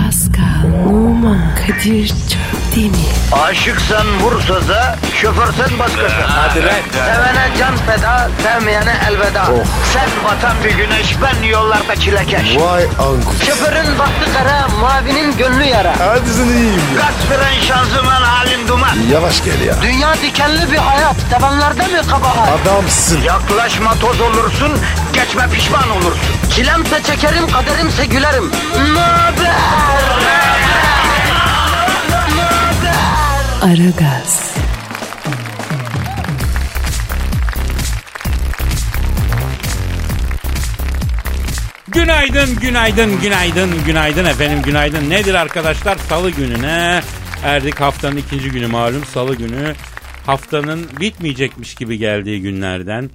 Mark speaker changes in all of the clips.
Speaker 1: Pascal, Oman, Kadir çok değil mi?
Speaker 2: Aşıksan vursa da şoförsen başkasın. Hadi
Speaker 3: lan.
Speaker 2: Sevene can feda, sevmeyene elveda. Sen batan bir güneş, ben yollarda çilekeş.
Speaker 3: Vay anku.
Speaker 2: Şoförün baktı kara, mavinin gönlü yara.
Speaker 3: Hadi sen iyiyim ya.
Speaker 2: Kasperen şanzıman halin duman.
Speaker 3: Yavaş gel ya.
Speaker 2: Dünya dikenli bir hayat, sevenlerde mi kabahar?
Speaker 3: Adamsın.
Speaker 2: Yaklaşma toz olursun, geçme pişman olursun. Çilemse çekerim, kaderimse gülerim. Möber!
Speaker 1: Aragaz,
Speaker 4: Günaydın, günaydın, günaydın, günaydın efendim, günaydın. Nedir arkadaşlar? Salı gününe erdik. Haftanın ikinci günü malum. Salı günü haftanın bitmeyecekmiş gibi geldiği günlerden.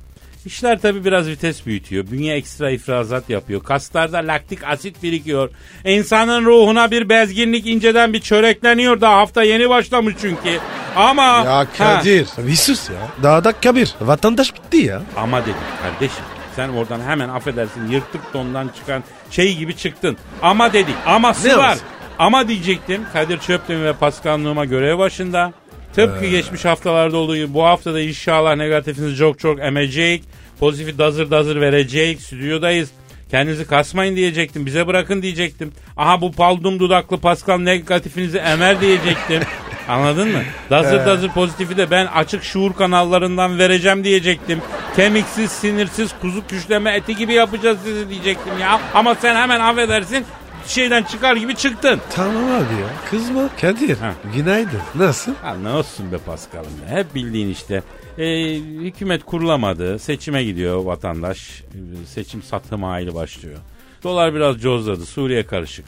Speaker 4: İşler tabi biraz vites büyütüyor. Bünye ekstra ifrazat yapıyor. Kaslarda laktik asit birikiyor. İnsanın ruhuna bir bezginlik inceden bir çörekleniyor da hafta yeni başlamış çünkü. Ama...
Speaker 3: Ya
Speaker 4: Ha.
Speaker 3: Kadir. Bir sus ya. Daha da kabir. Vatandaş bitti ya.
Speaker 4: Ama dedim kardeşim sen oradan hemen affedersin yırtık dondan çıkan şey gibi çıktın. Ama dedik aması
Speaker 3: Ne
Speaker 4: var.
Speaker 3: aması?
Speaker 4: Ama diyecektim Kadir Çöpdemir ve Paskanlığıma görev başında. Tıpkı geçmiş haftalarda olduğu gibi bu haftada inşallah negatifinizi çok çok emecek. Pozitifi dazır dazır verecek. Stüdyodayız. Kendinizi kasmayın diyecektim. Bize bırakın diyecektim. Aha bu paldum dudaklı Pascal negatifinizi emer diyecektim. Anladın mı? Dazır dazır pozitifi de ben açık şuur kanallarından vereceğim diyecektim. Kemiksiz, sinirsiz, kuzu küşleme eti gibi yapacağız sizi diyecektim ya. Ama sen hemen affedersin şeyden çıkar gibi çıktın.
Speaker 3: Tamam abi ya. Kızma. Kadir.
Speaker 4: Ha.
Speaker 3: Günaydın. Nasıl?
Speaker 4: Ha, ne olsun be Paskal'ım be. Hep bildiğin işte. Ee, hükümet kurulamadı. Seçime gidiyor vatandaş. Ee, Seçim satım hali başlıyor. Dolar biraz cozladı. Suriye karışık.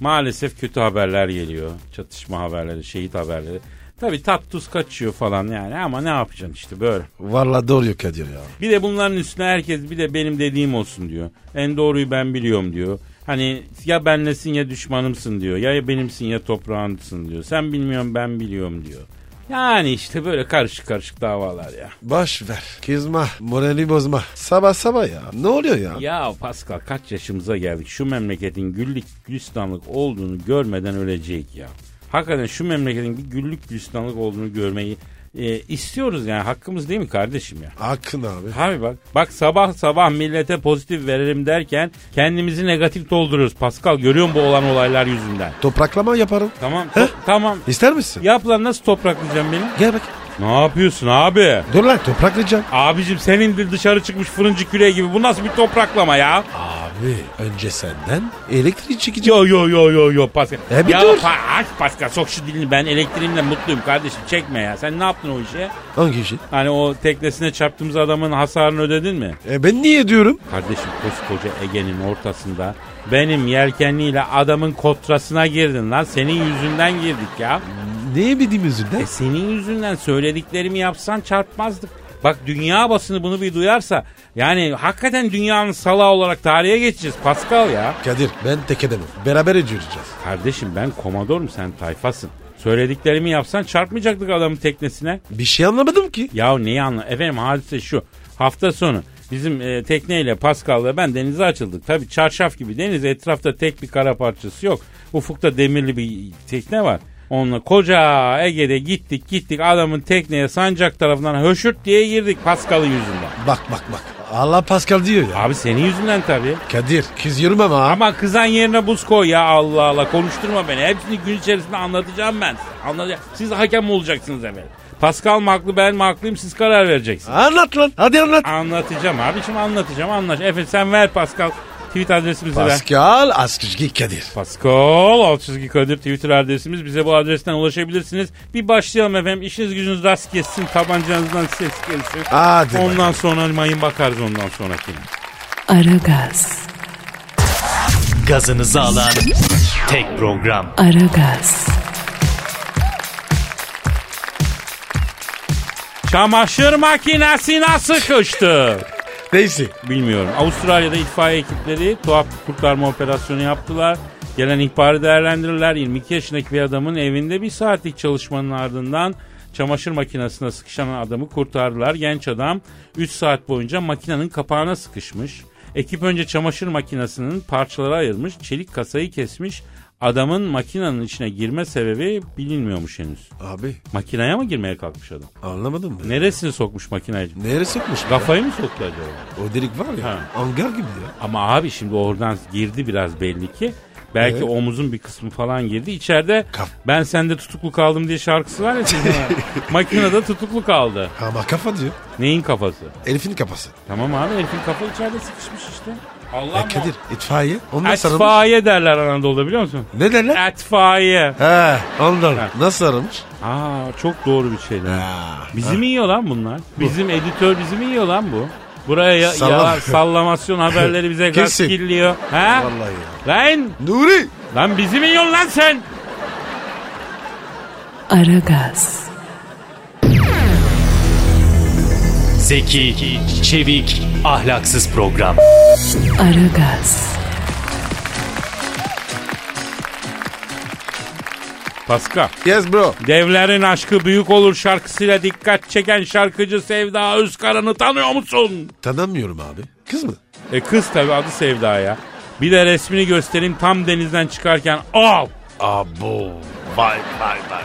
Speaker 4: Maalesef kötü haberler geliyor. Çatışma haberleri, şehit haberleri. Tabii tat tuz kaçıyor falan yani ama ne yapacaksın işte böyle.
Speaker 3: Valla doğru Kadir ya.
Speaker 4: Bir de bunların üstüne herkes bir de benim dediğim olsun diyor. En doğruyu ben biliyorum diyor. Hani ya benlesin ya düşmanımsın diyor. Ya benimsin ya toprağımsın diyor. Sen bilmiyorsun ben biliyorum diyor. Yani işte böyle karışık karışık davalar ya.
Speaker 3: Baş ver. Kızma. Morali bozma. Sabah sabah ya. Ne oluyor ya?
Speaker 4: Ya Pascal kaç yaşımıza geldik şu memleketin güllük gülistanlık olduğunu görmeden ölecek ya. Hakikaten şu memleketin bir güllük gülistanlık olduğunu görmeyi e, istiyoruz yani hakkımız değil mi kardeşim ya?
Speaker 3: Hakkın abi.
Speaker 4: Abi bak. Bak sabah sabah millete pozitif verelim derken kendimizi negatif dolduruyoruz. Pascal görüyor musun bu olan olaylar yüzünden?
Speaker 3: Topraklama yaparım.
Speaker 4: Tamam. to- tamam.
Speaker 3: İster misin?
Speaker 4: Yap lan nasıl topraklayacağım beni?
Speaker 3: Gel bak.
Speaker 4: Ne yapıyorsun abi?
Speaker 3: Dur lan topraklayacağım.
Speaker 4: Abicim senindir dışarı çıkmış fırıncı küreği gibi. Bu nasıl bir topraklama ya?
Speaker 3: Abi önce senden elektriği çekeceğim.
Speaker 4: Yo yo yo yo yo Pascal.
Speaker 3: E bir
Speaker 4: ya
Speaker 3: dur.
Speaker 4: Pa- aç Pascal sok şu dilini ben elektriğimle mutluyum kardeşim çekme ya. Sen ne yaptın o işe?
Speaker 3: Hangi şey?
Speaker 4: Hani o teknesine çarptığımız adamın hasarını ödedin mi?
Speaker 3: E ben niye diyorum?
Speaker 4: Kardeşim koskoca Ege'nin ortasında benim yelkenliyle adamın kotrasına girdin lan. Senin yüzünden girdik ya.
Speaker 3: Ne bildiğim yüzünden?
Speaker 4: E senin yüzünden söylediklerimi yapsan çarpmazdık. Bak dünya basını bunu bir duyarsa yani hakikaten dünyanın salağı olarak tarihe geçeceğiz Pascal ya.
Speaker 3: Kadir ben tek edemem. Beraber yürüyeceğiz.
Speaker 4: Kardeşim ben komodorum sen tayfasın. Söylediklerimi yapsan çarpmayacaktık adamın teknesine.
Speaker 3: Bir şey anlamadım ki.
Speaker 4: Ya neyi anla? Efendim hadise şu. Hafta sonu bizim e, tekneyle Pascal'la ben denize açıldık. Tabii çarşaf gibi deniz etrafta tek bir kara parçası yok. Ufukta demirli bir tekne var. Onunla koca Ege'de gittik gittik adamın tekneye sancak tarafından höşürt diye girdik Pascal'ın yüzünden.
Speaker 3: Bak bak bak. Allah Pascal diyor ya.
Speaker 4: Abi senin yüzünden tabii.
Speaker 3: Kadir kızıyorum ama.
Speaker 4: Ama kızan yerine buz koy ya Allah Allah konuşturma beni. Hepsini gün içerisinde anlatacağım ben. size. Anlatacağım. Siz hakem olacaksınız efendim. Pascal mı haklı ben mi haklıyım siz karar vereceksiniz.
Speaker 3: Anlat lan. Hadi anlat.
Speaker 4: Anlatacağım abiciğim anlatacağım anlaş. Efe sen ver Pascal tweet adresimizi ver.
Speaker 3: Pascal Askışki Kadir.
Speaker 4: Pascal alt çizgi Kadir Twitter adresimiz. Bize bu adresten ulaşabilirsiniz. Bir başlayalım efendim. İşiniz gücünüz rast geçsin. Tabancanızdan ses gelsin.
Speaker 3: Hadi
Speaker 4: ondan
Speaker 3: bakalım.
Speaker 4: sonra mayın bakarız ondan sonrakine.
Speaker 1: Aragaz,
Speaker 5: gazınızı alan tek program.
Speaker 1: Aragaz,
Speaker 4: Çamaşır makinesine sıkıştı.
Speaker 3: Neyse.
Speaker 4: Bilmiyorum. Avustralya'da itfaiye ekipleri tuhaf bir kurtarma operasyonu yaptılar. Gelen ihbarı değerlendirirler. 22 yaşındaki bir adamın evinde bir saatlik çalışmanın ardından çamaşır makinesine sıkışan adamı kurtardılar. Genç adam 3 saat boyunca makinenin kapağına sıkışmış. Ekip önce çamaşır makinesinin parçalara ayırmış, çelik kasayı kesmiş, Adamın makinenin içine girme sebebi bilinmiyormuş henüz.
Speaker 3: Abi
Speaker 4: Makineye mi girmeye kalkmış adam?
Speaker 3: anlamadım mı?
Speaker 4: Neresini sokmuş makineye?
Speaker 3: Nereye sokmuş?
Speaker 4: Kafayı mı soktu acaba?
Speaker 3: O delik var ya.
Speaker 4: Ha.
Speaker 3: Angar gibi ya.
Speaker 4: Ama abi şimdi oradan girdi biraz belli ki. Belki
Speaker 3: Evet.
Speaker 4: omuzun bir kısmı falan girdi. İçeride
Speaker 3: Kaf-
Speaker 4: ben sende tutuklu kaldım diye şarkısı var ya sizin. Makinede tutuklu kaldı.
Speaker 3: Ama kafa diyor.
Speaker 4: Neyin kafası?
Speaker 3: Elif'in kafası.
Speaker 4: Tamam abi herifin kafa içeride sıkışmış işte. Allah
Speaker 3: Ya E, Kadir itfaiye. Onlar sarılmış.
Speaker 4: Etfaiye derler Anadolu'da biliyor musun?
Speaker 3: Ne derler?
Speaker 4: Etfaiye.
Speaker 3: He onlar.
Speaker 4: Ha.
Speaker 3: Nasıl sarılmış?
Speaker 4: Aa çok doğru bir şeyler.
Speaker 3: Ha.
Speaker 4: Bizi mi yiyor lan bunlar? Bizim editör bizi mi yiyor lan bu? Buraya ya,
Speaker 3: Sallam-
Speaker 4: yalan- sallamasyon haberleri bize gaz
Speaker 3: Kesin.
Speaker 4: kirliyor. Ha?
Speaker 3: Vallahi ya.
Speaker 4: Lan,
Speaker 3: Nuri.
Speaker 4: lan bizi mi yiyorsun lan sen?
Speaker 1: Aragaz,
Speaker 5: Zeki, çevik, ahlaksız program.
Speaker 1: Aragaz,
Speaker 4: Paska.
Speaker 3: Yes bro.
Speaker 4: Devlerin aşkı büyük olur şarkısıyla dikkat çeken şarkıcı Sevda Özkaran'ı tanıyor musun?
Speaker 3: Tanımıyorum abi. Kız mı?
Speaker 4: E kız tabi adı Sevda ya. Bir de resmini göstereyim tam denizden çıkarken al.
Speaker 3: Abo.
Speaker 5: Vay vay vay.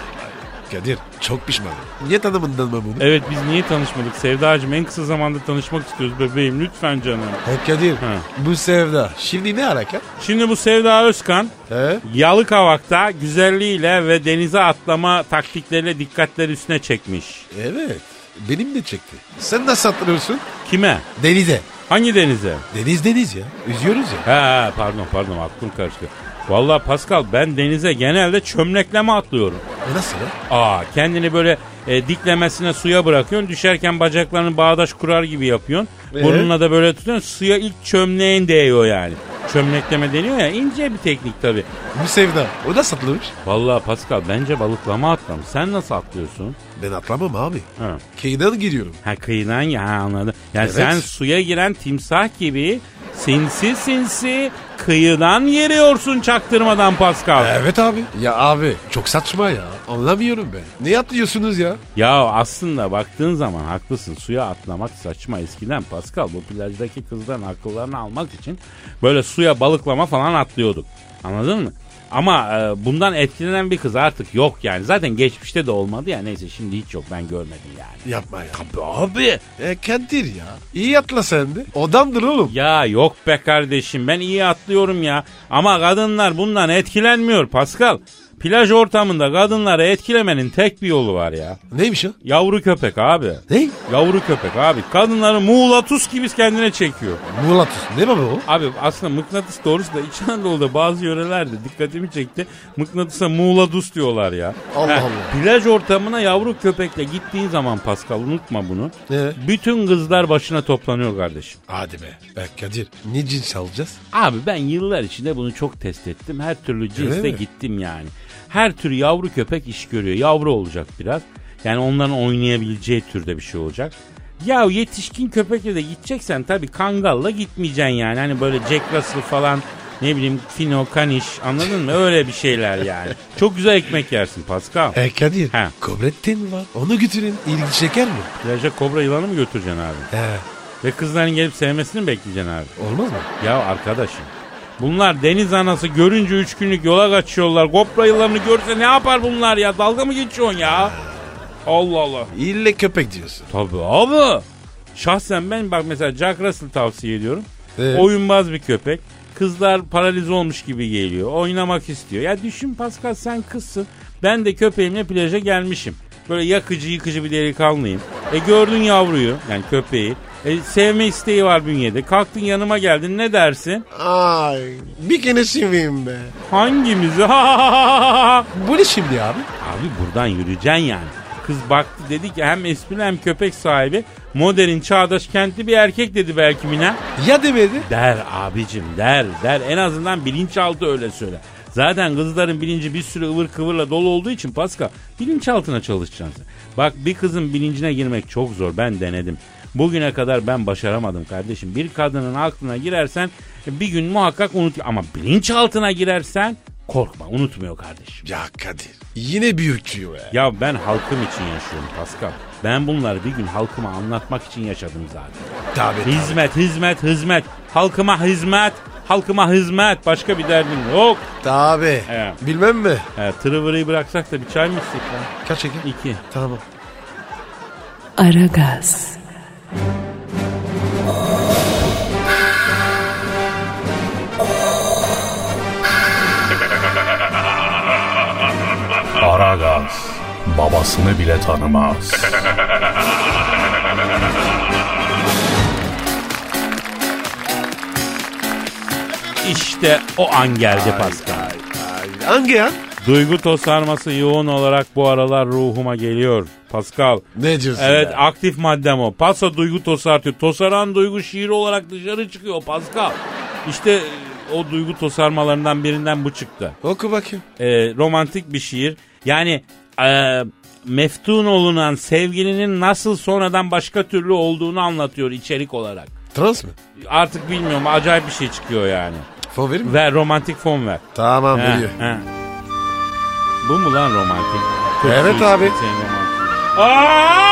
Speaker 3: Kadir çok pişmanım. Niye tanımadın mı bunu?
Speaker 4: Evet biz niye tanışmadık Sevdacığım en kısa zamanda tanışmak istiyoruz bebeğim lütfen canım.
Speaker 3: He Kadir.
Speaker 4: Ha.
Speaker 3: Bu sevda. Şimdi ne hareket?
Speaker 4: Şimdi bu Sevda Özkan
Speaker 3: He?
Speaker 4: Yalıkavak'ta güzelliğiyle ve denize atlama taktikleriyle dikkatleri üstüne çekmiş.
Speaker 3: Evet. Benim de çekti. Sen nasıl satılıyorsun?
Speaker 4: Kime?
Speaker 3: Denize.
Speaker 4: Hangi denize?
Speaker 3: Deniz deniz ya. Üzüyoruz ya.
Speaker 4: He, He pardon pardon aklım karıştı. Vallahi Pascal ben denize genelde çömlekleme atlıyorum.
Speaker 3: E nasıl ya?
Speaker 4: Aa kendini böyle e, diklemesine suya bırakıyorsun. Düşerken bacaklarını bağdaş kurar gibi yapıyorsun.
Speaker 3: Ee?
Speaker 4: Bununla da böyle tutuyorsun. Suya ilk çömleğin değiyor yani. Çömlekleme deniyor ya ince bir teknik tabii.
Speaker 3: Bu sevda. O da satılmış.
Speaker 4: Vallahi Pascal bence balıklama atlam. Sen nasıl atlıyorsun?
Speaker 3: Ben atlamam abi.
Speaker 4: Ha.
Speaker 3: Kıyıdan giriyorum.
Speaker 4: Ha kıyıdan ya ha, anladım. Yani
Speaker 3: Evet.
Speaker 4: sen suya giren timsah gibi sinsi sinsi kıyıdan yeriyorsun çaktırmadan Pascal.
Speaker 3: Evet abi. Ya abi çok saçma ya. Anlamıyorum ben. Niye atlıyorsunuz ya?
Speaker 4: Ya aslında baktığın zaman haklısın. Suya atlamak saçma eskiden Pascal bu plajdaki kızların akıllarını almak için böyle suya balıklama falan atlıyorduk. Anladın mı? Ama e, bundan etkilenen bir kız artık yok yani. Zaten geçmişte de olmadı ya. Neyse şimdi hiç yok ben görmedim yani.
Speaker 3: Yapma ya.
Speaker 4: Abi
Speaker 3: E Kadir ya. İyi atla sen de. Odamdır oğlum.
Speaker 4: Ya yok be kardeşim ben iyi atlıyorum ya. Ama kadınlar bundan etkilenmiyor Pascal. Plaj ortamında kadınları etkilemenin tek bir yolu var ya.
Speaker 3: Neymiş o?
Speaker 4: Yavru köpek abi.
Speaker 3: Ne?
Speaker 4: Yavru köpek abi. Kadınları muğlatus gibi kendine çekiyor.
Speaker 3: Mulatus. Ne baba o?
Speaker 4: Abi aslında mıknatıs doğrusu da İç Anadolu'da bazı yörelerde dikkatimi çekti. Mıknatısa muğladus diyorlar ya.
Speaker 3: Allah
Speaker 4: Heh,
Speaker 3: Allah.
Speaker 4: Plaj ortamına yavru köpekle gittiğin zaman Pascal unutma bunu.
Speaker 3: Evet.
Speaker 4: Bütün kızlar başına toplanıyor kardeşim.
Speaker 3: Hadi be. E Kadir. Ne cins alacağız?
Speaker 4: Abi ben yıllar içinde bunu çok test ettim. Her türlü cinste
Speaker 3: Öyle mi?
Speaker 4: gittim yani. Her tür yavru köpek iş görüyor. Yavru olacak biraz. Yani onların oynayabileceği türde bir şey olacak. Ya yetişkin köpekle de gideceksen tabii kangalla gitmeyeceksin yani. Hani böyle Jack Russell falan ne bileyim Fino, Kaniş anladın mı? Öyle bir şeyler yani. Çok güzel ekmek yersin Pascal.
Speaker 3: E Kadir.
Speaker 4: Ha.
Speaker 3: Kobrettin var. Onu götürün. İlgi çeker mi?
Speaker 4: Plaja kobra yılanı mı götüreceksin abi?
Speaker 3: He.
Speaker 4: Ve kızların gelip sevmesini mi bekleyeceksin abi?
Speaker 3: Olmaz mı?
Speaker 4: Ya arkadaşım bunlar deniz anası görünce üç günlük yola kaçıyorlar. Kobra yılanını görse ne yapar bunlar ya? Dalga mı geçiyorsun ya? Allah Allah.
Speaker 3: İlle köpek diyorsun.
Speaker 4: Tabii abi. Şahsen ben bak mesela Jack Russell tavsiye ediyorum.
Speaker 3: Ee?
Speaker 4: Oyunbaz bir köpek. Kızlar paralize olmuş gibi geliyor. Oynamak istiyor. Ya düşün Pascal sen kızsın. Ben de köpeğimle plaja gelmişim. Böyle yakıcı yıkıcı bir delikanlıyım. E gördün yavruyu yani köpeği. E sevme isteği var bünyede. Kalktın yanıma geldin ne dersin?
Speaker 3: Ay bir kere seveyim be.
Speaker 4: Hangimizi?
Speaker 3: Bu ne şimdi abi?
Speaker 4: Abi buradan yürüyeceksin yani. Kız baktı dedi ki hem esprili hem köpek sahibi modern çağdaş kentli bir erkek dedi belki Mina.
Speaker 3: Ya demedi.
Speaker 4: Der abicim der der en azından bilinçaltı öyle söyle. Zaten kızların bilinci bir sürü ıvır kıvırla dolu olduğu için Pascal bilinçaltına çalışacaksın. Bak bir kızın bilincine girmek çok zor ben denedim. Bugüne kadar ben başaramadım kardeşim. Bir kadının aklına girersen bir gün muhakkak unut ama bilinçaltına girersen korkma unutmuyor kardeşim.
Speaker 3: Ya Kadir yine büyükçüyü be.
Speaker 4: Ya ben halkım için yaşıyorum Pascal. Ben bunları bir gün halkıma anlatmak için yaşadım zaten.
Speaker 3: Tabii tabii.
Speaker 4: Hizmet, hizmet, hizmet. Halkıma hizmet. Halkıma hizmet başka bir derdim yok.
Speaker 3: Tabi.
Speaker 4: Evet.
Speaker 3: Bilmem mi?
Speaker 4: He, tırıvırıyı bıraksak da bir çay mı içsek lan?
Speaker 3: Kaç şeker?
Speaker 4: İki.
Speaker 3: Tamam.
Speaker 1: Aragaz,
Speaker 6: Aragaz babasını bile tanımaz.
Speaker 4: İşte o an geldi Pascal.
Speaker 3: Hangi ya?
Speaker 4: Duygu tosarması yoğun olarak bu aralar ruhuma geliyor Pascal.
Speaker 3: Ne diyorsun
Speaker 4: Evet
Speaker 3: ya?
Speaker 4: aktif maddem o. Paso duygu tosartıyor. Tosaran duygu şiir olarak dışarı çıkıyor Pascal. İşte e, o duygu tosarmalarından birinden bu çıktı.
Speaker 3: Oku bakayım.
Speaker 4: e, romantik bir şiir. Yani e, meftun olunan sevgilinin nasıl sonradan başka türlü olduğunu anlatıyor içerik olarak.
Speaker 3: Trans mı?
Speaker 4: Artık bilmiyorum acayip bir şey çıkıyor yani.
Speaker 3: Fon verir mi?
Speaker 4: Ver romantik fon ver.
Speaker 3: Tamam
Speaker 4: He,
Speaker 3: veriyor.
Speaker 4: he. Bu mu lan romantik?
Speaker 3: Evet
Speaker 4: üzücü
Speaker 3: abi.
Speaker 4: bir şey romantik. Aa!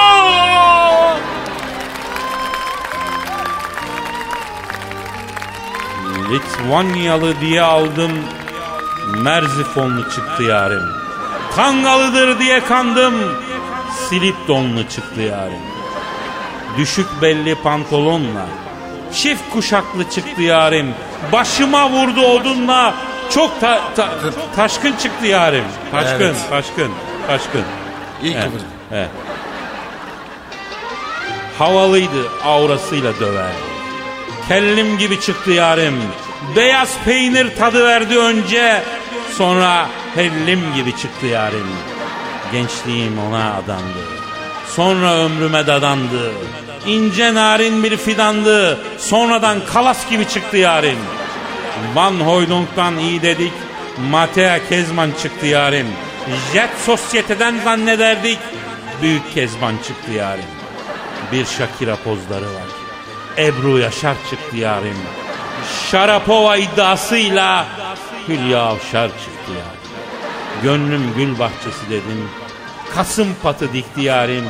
Speaker 4: Litvanyalı diye aldım Merzifonlu çıktı yarim. Kangalıdır diye kandım Silipdonlu çıktı yarim. Düşük belli pantolonla Çift kuşaklı çıktı yarim. Başıma vurdu odunla. Çok ta- ta- taşkın çıktı yarim. Taşkın,
Speaker 3: Evet.
Speaker 4: taşkın, taşkın.
Speaker 3: İyi
Speaker 4: Evet,
Speaker 3: kıvırdın.
Speaker 4: evet. Havalıydı aurasıyla döver. Kellim gibi çıktı yarim. Beyaz peynir tadı verdi önce. Sonra hellim gibi çıktı yarim. Gençliğim ona adandı. Sonra ömrüme dadandı. İnce narin bir fidandı. Sonradan kalas gibi çıktı yarim. Van Hoydong'dan iyi dedik. Matea Kezman çıktı yarim. Jet sosyeteden zannederdik. Büyük Kezman çıktı yarim. Bir Shakira pozları var. Ebru Yaşar çıktı yarim. Şarapova iddiasıyla Hülya Avşar çıktı yarim. Gönlüm gül bahçesi dedim. Kasım patı dikti yarim.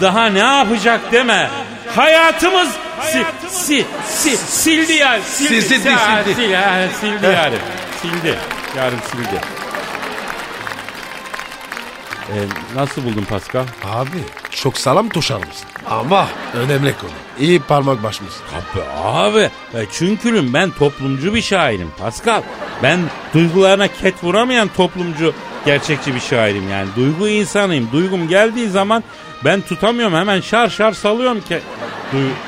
Speaker 4: Daha ne yapacak deme. Hayatımız si, si, si, sildi ya. Sildi,
Speaker 3: Sildi, sildi,
Speaker 4: Ha,
Speaker 3: sildi.
Speaker 4: sil- ha, sildi yarim. Sildi. Yarim sildi. Ee, nasıl buldun Pascal?
Speaker 3: Abi çok sağlam tuşar mısın? Ama önemli konu. İyi parmak başımız.
Speaker 4: Abi, abi e, çünkürüm ben toplumcu bir şairim Pascal. Ben duygularına ket vuramayan toplumcu gerçekçi bir şairim yani. Duygu insanıyım. Duygum geldiği zaman ben tutamıyorum hemen şar şar salıyorum ki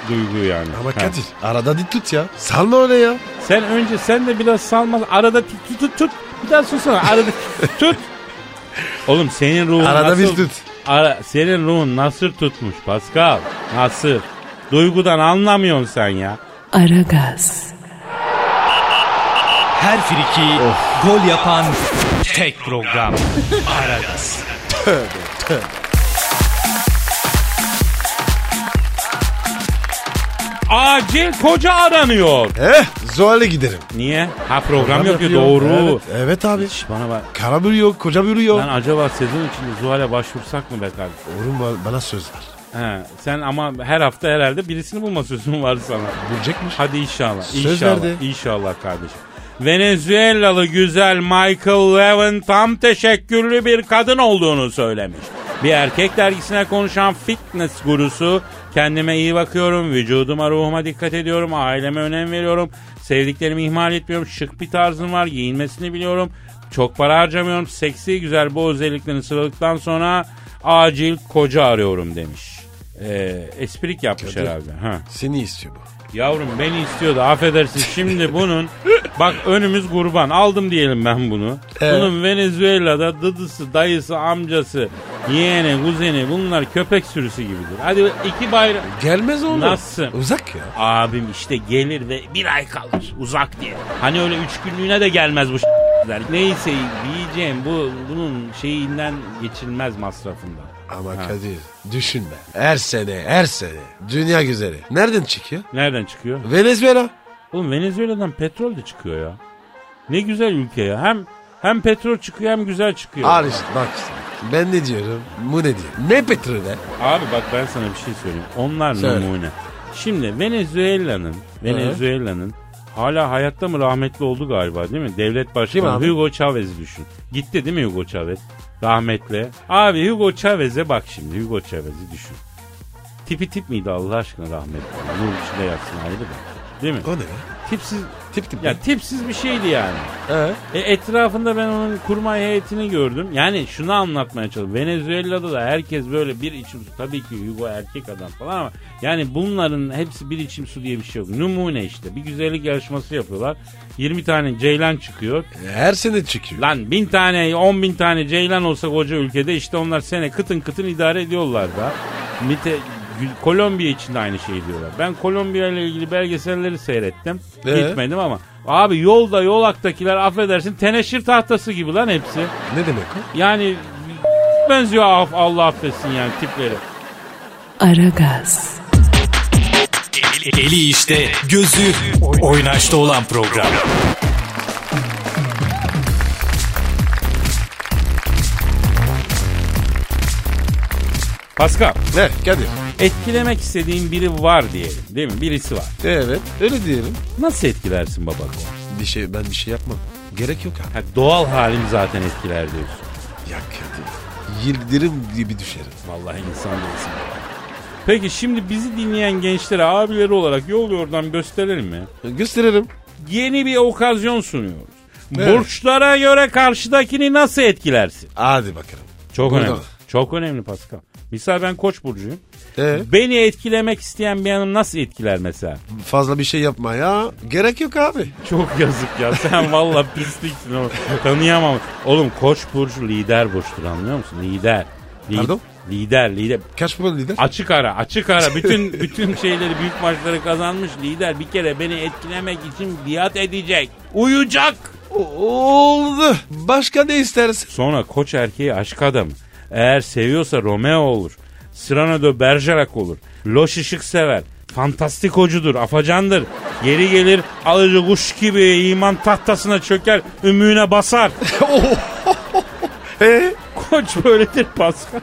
Speaker 4: duygu yani.
Speaker 3: Ama
Speaker 4: Ha.
Speaker 3: Kadir arada dik tut ya. Salma öyle ya.
Speaker 4: Sen önce sen de biraz salmaz. Arada tut tut tut. tut. Bir daha susana. Arada tut, tut. Oğlum senin ruhun
Speaker 3: Arada
Speaker 4: nasıl...
Speaker 3: bir tut.
Speaker 4: Ara, senin ruhun nasır tutmuş Pascal. Nasır. Duygudan anlamıyorsun sen ya.
Speaker 1: Aragaz,
Speaker 5: Her friki gol yapan tek program. Aragaz.
Speaker 4: Acil koca aranıyor.
Speaker 3: Eh Zuhal'e giderim.
Speaker 4: Niye? Ha program yok ya
Speaker 3: yapıyor.
Speaker 4: doğru.
Speaker 3: Evet, evet abi.
Speaker 4: Şş, bana bak.
Speaker 3: Kara bürü yok, koca bürü yok.
Speaker 4: Lan acaba sezon içinde Zuhal'e başvursak mı be kardeşim?
Speaker 3: Oğlum ba- bana söz ver.
Speaker 4: He, sen ama her hafta herhalde birisini bulma sözün var sana.
Speaker 3: Bulacakmış.
Speaker 4: Hadi inşallah.
Speaker 3: Söz
Speaker 4: inşallah.
Speaker 3: verdi.
Speaker 4: İnşallah kardeşim. Venezuelalı güzel Michael Levin tam teşekküllü bir kadın olduğunu söylemiş. Bir erkek dergisine konuşan fitness gurusu kendime iyi bakıyorum, vücuduma ruhuma dikkat ediyorum, aileme önem veriyorum, sevdiklerimi ihmal etmiyorum, şık bir tarzım var, giyinmesini biliyorum, çok para harcamıyorum, seksi güzel bu özelliklerini sıraladıktan sonra acil koca arıyorum demiş. Ee, esprik yapmış herhalde. Ha.
Speaker 3: Seni istiyor bu.
Speaker 4: Yavrum beni istiyordu affedersin. Şimdi bunun bak önümüz kurban. Aldım diyelim ben bunu.
Speaker 3: Evet.
Speaker 4: Bunun Venezuela'da dıdısı, dayısı, amcası, yeğeni, kuzeni bunlar köpek sürüsü gibidir. Hadi iki bayrak.
Speaker 3: Gelmez oğlum.
Speaker 4: Nasıl?
Speaker 3: Uzak ya.
Speaker 4: Abim işte gelir ve bir ay kalır uzak diye. Hani öyle üç günlüğüne de gelmez bu der. Neyse diyeceğim bu bunun şeyinden geçilmez masrafından.
Speaker 3: Ama Kadir düşünme. Her sene her sene dünya güzeli. Nereden çıkıyor?
Speaker 4: Nereden çıkıyor?
Speaker 3: Venezuela.
Speaker 4: Oğlum Venezuela'dan petrol de çıkıyor ya. Ne güzel ülke ya. Hem hem petrol çıkıyor hem güzel çıkıyor.
Speaker 3: Al işte bak işte. Ben ne diyorum? Bu ne diyor? Ne petrolü?
Speaker 4: Abi bak ben sana bir şey söyleyeyim. Onlar
Speaker 3: Söyle.
Speaker 4: numune. Şimdi Venezuela'nın Venezuela'nın Hala hayatta mı rahmetli oldu galiba değil mi? Devlet
Speaker 3: Kim
Speaker 4: Başkanı
Speaker 3: abi?
Speaker 4: Hugo Chavez'i düşün. Gitti değil mi Hugo Chavez? Rahmetli. Abi Hugo Chavez'e bak şimdi Hugo Chavez'i düşün. Tipi tip miydi Allah aşkına rahmetli? Nur içinde yatsın ayrı bir. Değil mi?
Speaker 3: O ne be?
Speaker 4: Tipsiz,
Speaker 3: Tip tip.
Speaker 4: ya tipsiz bir şeydi yani.
Speaker 3: Ee?
Speaker 4: E, etrafında ben onun kurmay heyetini gördüm. Yani şunu anlatmaya çalışıyorum. Venezuela'da da herkes böyle bir içim su. Tabii ki Hugo erkek adam falan ama yani bunların hepsi bir içim su diye bir şey yok. Numune işte. Bir güzellik yarışması yapıyorlar. 20 tane ceylan çıkıyor.
Speaker 3: Her sene çıkıyor.
Speaker 4: Lan bin tane, on bin tane ceylan olsa koca ülkede işte onlar sene kıtın kıtın idare ediyorlar da. Mite, Gü- Kolombiya için de aynı şeyi diyorlar. Ben Kolombiya ile ilgili belgeselleri seyrettim.
Speaker 3: Ee?
Speaker 4: Gitmedim ama. Abi yolda yolaktakiler affedersin teneşir tahtası gibi lan hepsi.
Speaker 3: Ne demek o?
Speaker 4: Yani benziyor af- Allah affetsin yani tipleri.
Speaker 1: Aragaz,
Speaker 5: Eli, eli işte, gözü oynaşta olan program.
Speaker 4: Pascal
Speaker 3: Ne? Kadir.
Speaker 4: etkilemek istediğin biri var diyelim değil mi? Birisi var.
Speaker 3: Evet. Öyle diyelim.
Speaker 4: Nasıl etkilersin babak?
Speaker 3: Bir şey ben bir şey yapmam. Gerek yok abi.
Speaker 4: Ha, doğal halim zaten etkiler diyorsun.
Speaker 3: Ya Kadir. Yıldırım gibi düşerim.
Speaker 4: Vallahi insan değilsin. Peki şimdi bizi dinleyen gençlere abileri olarak yol yordam gösterelim mi?
Speaker 3: Gösteririm.
Speaker 4: Yeni bir okazyon sunuyoruz.
Speaker 3: Evet.
Speaker 4: Burçlara göre karşıdakini nasıl etkilersin?
Speaker 3: Hadi bakalım.
Speaker 4: Çok
Speaker 3: Burada
Speaker 4: önemli.
Speaker 3: mı?
Speaker 4: Çok önemli Pascal. Misal ben koç burcuyum.
Speaker 3: Ee,
Speaker 4: Beni etkilemek isteyen bir hanım nasıl etkiler mesela?
Speaker 3: fazla bir şey yapma ya. Gerek yok abi.
Speaker 4: Çok yazık ya. Sen valla pisliksin oğlum. Tanıyamam. Oğlum koç burcu lider burçtur anlıyor musun? Lider. Li-
Speaker 3: Pardon?
Speaker 4: Lider, lider.
Speaker 3: Kaç puan lider?
Speaker 4: Açık ara, açık ara. Bütün bütün şeyleri, büyük maçları kazanmış lider bir kere beni etkilemek için biat edecek. Uyuyacak.
Speaker 3: O- oldu. Başka ne istersin?
Speaker 4: Sonra koç erkeği aşk adamı. Eğer seviyorsa Romeo olur. Cyrano de Bergerac olur. Loş ışık sever. Fantastik hocudur, afacandır. Yeri gelir alıcı kuş gibi iman tahtasına çöker, ümüğüne basar.
Speaker 3: Oh. Ee,
Speaker 4: Koç böyledir Pascal.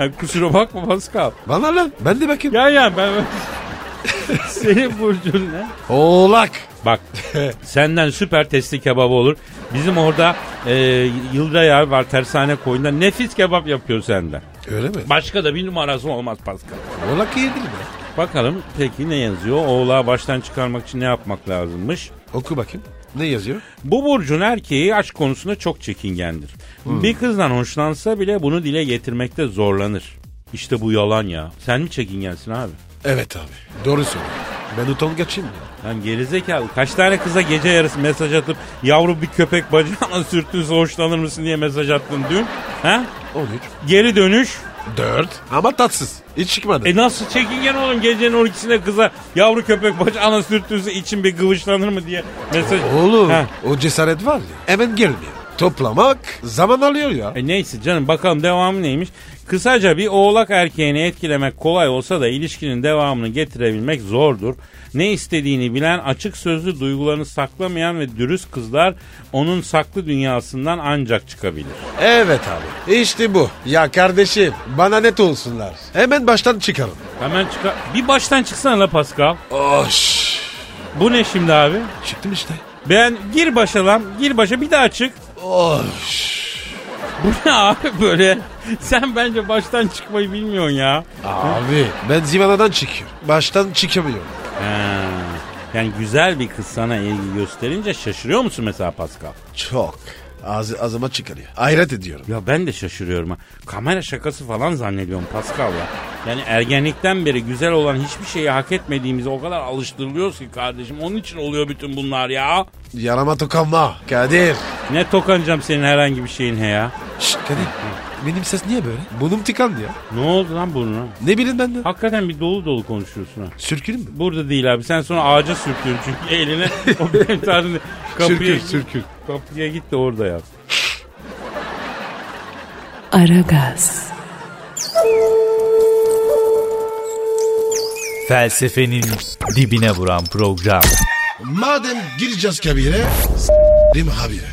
Speaker 4: Ya kusura bakma Pascal.
Speaker 3: bana lan. Ben de bakayım.
Speaker 4: Ya ya ben... Senin burcun ne?
Speaker 3: Oğlak.
Speaker 4: Bak senden süper testi kebabı olur. Bizim orada e, Yıldıray abi var tersane koyunda nefis kebap yapıyor senden.
Speaker 3: Öyle mi?
Speaker 4: Başka da bir numarası olmaz Pascal.
Speaker 3: Oğlak iyidir mi?
Speaker 4: Bakalım peki ne yazıyor? Oğlağı baştan çıkarmak için ne yapmak lazımmış?
Speaker 3: Oku bakayım. Ne yazıyor?
Speaker 4: Bu burcun erkeği aşk konusunda çok çekingendir. Bir kızdan hoşlansa bile bunu dile getirmekte zorlanır. İşte bu yalan ya. Sen mi çekingensin abi?
Speaker 3: Evet abi. Doğru söylüyor. Ben utangaçım ya.
Speaker 4: Lan gerizekalı kaç tane kıza gece yarısı mesaj atıp yavru bir köpek bacağına sürtünse hoşlanır mısın diye mesaj attın dün. Ha?
Speaker 3: 13.
Speaker 4: Geri dönüş.
Speaker 3: 4. Ama tatsız. Hiç çıkmadı.
Speaker 4: E nasıl çekingen oğlum gecenin 12'sinde kıza yavru köpek bacağına sürtünse için bir gıvışlanır mı diye mesaj.
Speaker 3: Oğlum
Speaker 4: Ha.
Speaker 3: o cesaret var ya hemen gelmiyor. Toplamak zaman alıyor ya.
Speaker 4: E neyse canım bakalım devamı neymiş. Kısaca bir oğlak erkeğini etkilemek kolay olsa da ilişkinin devamını getirebilmek zordur. Ne istediğini bilen, açık sözlü duygularını saklamayan ve dürüst kızlar onun saklı dünyasından ancak çıkabilir.
Speaker 3: Evet abi işte bu. Ya kardeşim bana net olsunlar. Hemen baştan çıkarım.
Speaker 4: Hemen çıkar. Bir baştan çıksana la Pascal.
Speaker 3: Oş.
Speaker 4: Bu ne şimdi abi?
Speaker 3: Çıktım işte.
Speaker 4: Ben gir başa lan. Gir başa bir daha çık.
Speaker 3: Oş.
Speaker 4: Bu ne abi böyle? Sen bence baştan çıkmayı bilmiyorsun ya.
Speaker 3: Abi ben zivanadan çıkıyorum. Baştan çıkamıyorum.
Speaker 4: Ha. Yani güzel bir kız sana ilgi gösterince şaşırıyor musun mesela Pascal?
Speaker 3: Çok. Ağzı, ağzıma çıkarıyor. Hayret ediyorum.
Speaker 4: Ya ben de şaşırıyorum ha. Kamera şakası falan zannediyorum Pascal ya. Yani ergenlikten beri güzel olan hiçbir şeyi hak etmediğimize o kadar alıştırılıyoruz ki kardeşim. Onun için oluyor bütün bunlar ya.
Speaker 3: Yarama tokanma. Kadir.
Speaker 4: Ne tokanacağım senin herhangi bir şeyin he ya.
Speaker 3: Şşt Kadir. Benim ses niye böyle? Burnum tıkandı ya.
Speaker 4: Ne oldu lan burnuna?
Speaker 3: Ne bileyim ben de.
Speaker 4: Hakikaten bir dolu dolu konuşuyorsun ha.
Speaker 3: Sürkülüm mü?
Speaker 4: Burada değil abi. Sen sonra ağaca sürtüyorsun çünkü eline. o benim tarzım. Kapıya
Speaker 3: Sürkül,
Speaker 4: git-
Speaker 3: sürkül.
Speaker 4: Kapıya git de orada yap.
Speaker 1: Aragaz,
Speaker 5: Felsefenin dibine vuran program.
Speaker 3: Madem gireceğiz kabire, s**rim habire.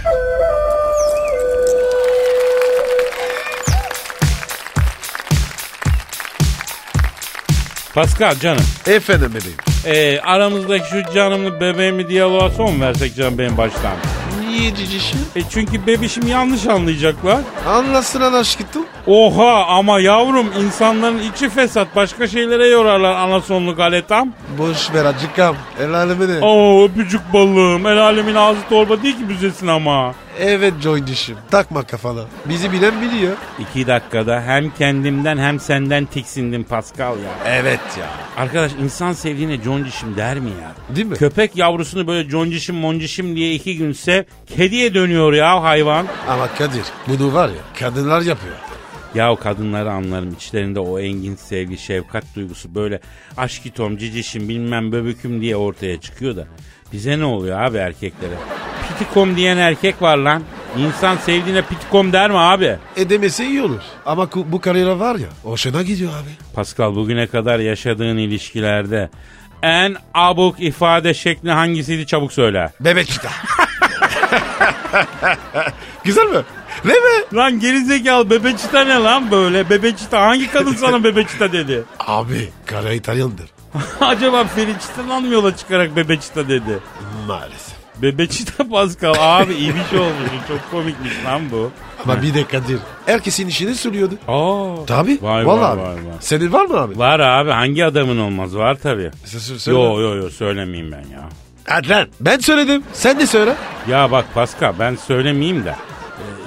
Speaker 4: Pascal canım.
Speaker 3: Efendim bebeğim.
Speaker 4: Ee, aramızdaki şu canımlı bebeğimi diyaloğa son versek canım benim baştan.
Speaker 3: Niye cicişim?
Speaker 4: E çünkü bebişim yanlış anlayacaklar.
Speaker 3: Anlasın anaşkıtım.
Speaker 4: Oha ama yavrum insanların içi fesat başka şeylere yorarlar anasonlu galetam.
Speaker 3: Boş ver acıkam. El alemi ne?
Speaker 4: Aa öpücük balığım el alemin ağzı torba değil ki büzesin ama.
Speaker 3: Evet Joy dişim. Takma kafana. Bizi bilen biliyor.
Speaker 4: İki dakikada hem kendimden hem senden tiksindim Pascal ya.
Speaker 3: Evet ya.
Speaker 4: Arkadaş insan sevdiğine concişim der mi ya?
Speaker 3: Değil mi?
Speaker 4: Köpek yavrusunu böyle concişim moncişim diye iki günse kediye dönüyor ya hayvan.
Speaker 3: Ama Kadir bunu var ya kadınlar yapıyor.
Speaker 4: Ya kadınları anlarım içlerinde o engin sevgi, şefkat duygusu böyle aşkitom, cicişim bilmem böbüküm diye ortaya çıkıyor da. Bize ne oluyor abi erkeklere? Pitikom diyen erkek var lan. İnsan sevdiğine pitikom der mi abi?
Speaker 3: Edemese E iyi olur. Ama ku- bu kariyere var ya hoşuna gidiyor abi.
Speaker 4: Pascal bugüne kadar yaşadığın ilişkilerde en abuk ifade şekli hangisiydi çabuk söyle.
Speaker 3: Bebek kita. Güzel mi? Ne mi?
Speaker 4: Lan gerizekalı bebeçita ne lan böyle? Bebeçita hangi kadın sana bebeçita dedi?
Speaker 3: Abi kara İtalyandır.
Speaker 4: Acaba Feriçita'dan mı yola çıkarak bebeçita dedi?
Speaker 3: Maalesef.
Speaker 4: Bebeçita Pascal abi iyi bir şey olmuş. Çok komikmiş lan bu.
Speaker 3: Ama bir de Kadir. Herkesin işini söylüyordu.
Speaker 4: Aa.
Speaker 3: Tabi.
Speaker 4: Vay,
Speaker 3: Vallahi
Speaker 4: vay,
Speaker 3: abi.
Speaker 4: vay, vay.
Speaker 3: Senin var mı abi?
Speaker 4: Var abi hangi adamın olmaz var tabi.
Speaker 3: S- s- söyle.
Speaker 4: Yo yo yo söylemeyeyim ben ya.
Speaker 3: Hadi lan. Ben söyledim. Sen de söyle.
Speaker 4: Ya bak Pascal ben söylemeyeyim de.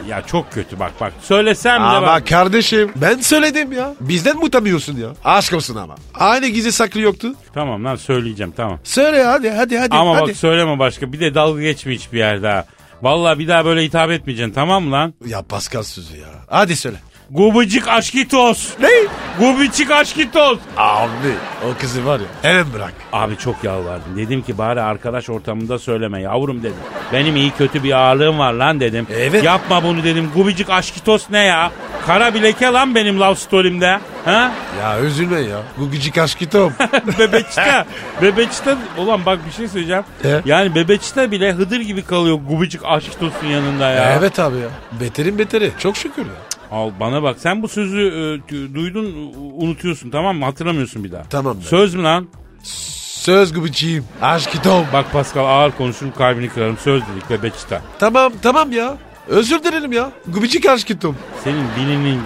Speaker 4: e, Ya çok kötü bak bak. Söylesem de
Speaker 3: Ama
Speaker 4: bak.
Speaker 3: kardeşim ben söyledim ya. Bizden mi utanıyorsun ya? Aşk olsun ama. Aynı gizli saklı yoktu.
Speaker 4: Tamam lan söyleyeceğim tamam.
Speaker 3: Söyle hadi hadi hadi.
Speaker 4: Ama
Speaker 3: hadi.
Speaker 4: bak söyleme başka bir de dalga geçme hiçbir yerde ha. Valla bir daha böyle hitap etmeyeceksin tamam mı lan?
Speaker 3: Ya Pascal sözü ya. Hadi söyle.
Speaker 4: Gubicik aşkitos.
Speaker 3: Ne?
Speaker 4: Gubicik aşkitos.
Speaker 3: Abi o kızı var ya. Hemen bırak.
Speaker 4: Abi çok yalvardım. Dedim ki bari arkadaş ortamında söyleme yavrum dedim. Benim iyi kötü bir ağırlığım var lan dedim.
Speaker 3: Evet.
Speaker 4: Yapma bunu dedim. Gubicik aşkitos ne ya? Kara bir leke lan benim love story'imde. Ha?
Speaker 3: Ya üzülme ya. Bu gıcık aşkı top.
Speaker 4: Bebeçte. Bebeçte. Ulan bak bir şey söyleyeceğim.
Speaker 3: E?
Speaker 4: Yani bebeçte bile hıdır gibi kalıyor gubicik aşkitosun yanında ya.
Speaker 3: evet abi ya. Beterin beteri. Çok şükür ya.
Speaker 4: Al bana bak sen bu sözü e, t- duydun u- unutuyorsun tamam mı? Hatırlamıyorsun bir daha.
Speaker 3: Tamam be.
Speaker 4: Söz mü lan?
Speaker 3: Söz gıbıcıyım. Aşkı top.
Speaker 4: Bak Pascal ağır konuşurum kalbini kırarım. Söz dedik bebeçte.
Speaker 3: Tamam tamam ya. Özür dilerim ya. Gıbıcık aşkı top.
Speaker 4: Senin dilinin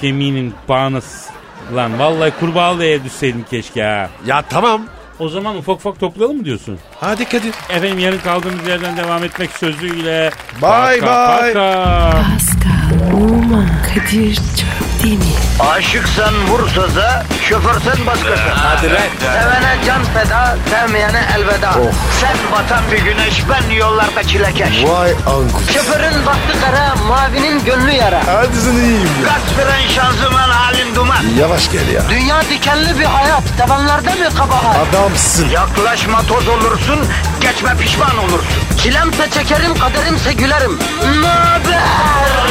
Speaker 4: kemiğinin bağını s- lan vallahi kurbağalı ev düşseydin keşke ha.
Speaker 3: Ya tamam.
Speaker 4: O zaman ufak ufak toplayalım mı diyorsun?
Speaker 3: Hadi Kadir.
Speaker 4: Efendim yarın kaldığımız yerden devam etmek sözüyle.
Speaker 3: Bye
Speaker 4: Paka,
Speaker 3: bye.
Speaker 4: paka.
Speaker 1: Pascal, Oman, Kadir çok değil mi?
Speaker 2: Aşıksan vursa da, şoförsen başkasın. Hadi
Speaker 3: lan. Oh.
Speaker 2: Sevene can feda, sevmeyene elveda. Sen batan bir güneş, ben yollarda çilekeş.
Speaker 3: Vay anku.
Speaker 2: Şoförün baktı kara, mavinin gönlü yara.
Speaker 3: Hadi sen iyiyim ya.
Speaker 2: Kasperen şanzıman halin duman.
Speaker 3: Yavaş gel ya.
Speaker 2: Dünya dikenli bir hayat, sevenlerde mi kabahar?
Speaker 3: Adamsın.
Speaker 2: Yaklaşma toz olursun, geçme pişman olursun. Çilemse çekerim, kaderimse gülerim. Möber!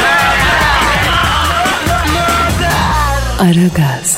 Speaker 1: Aragaz.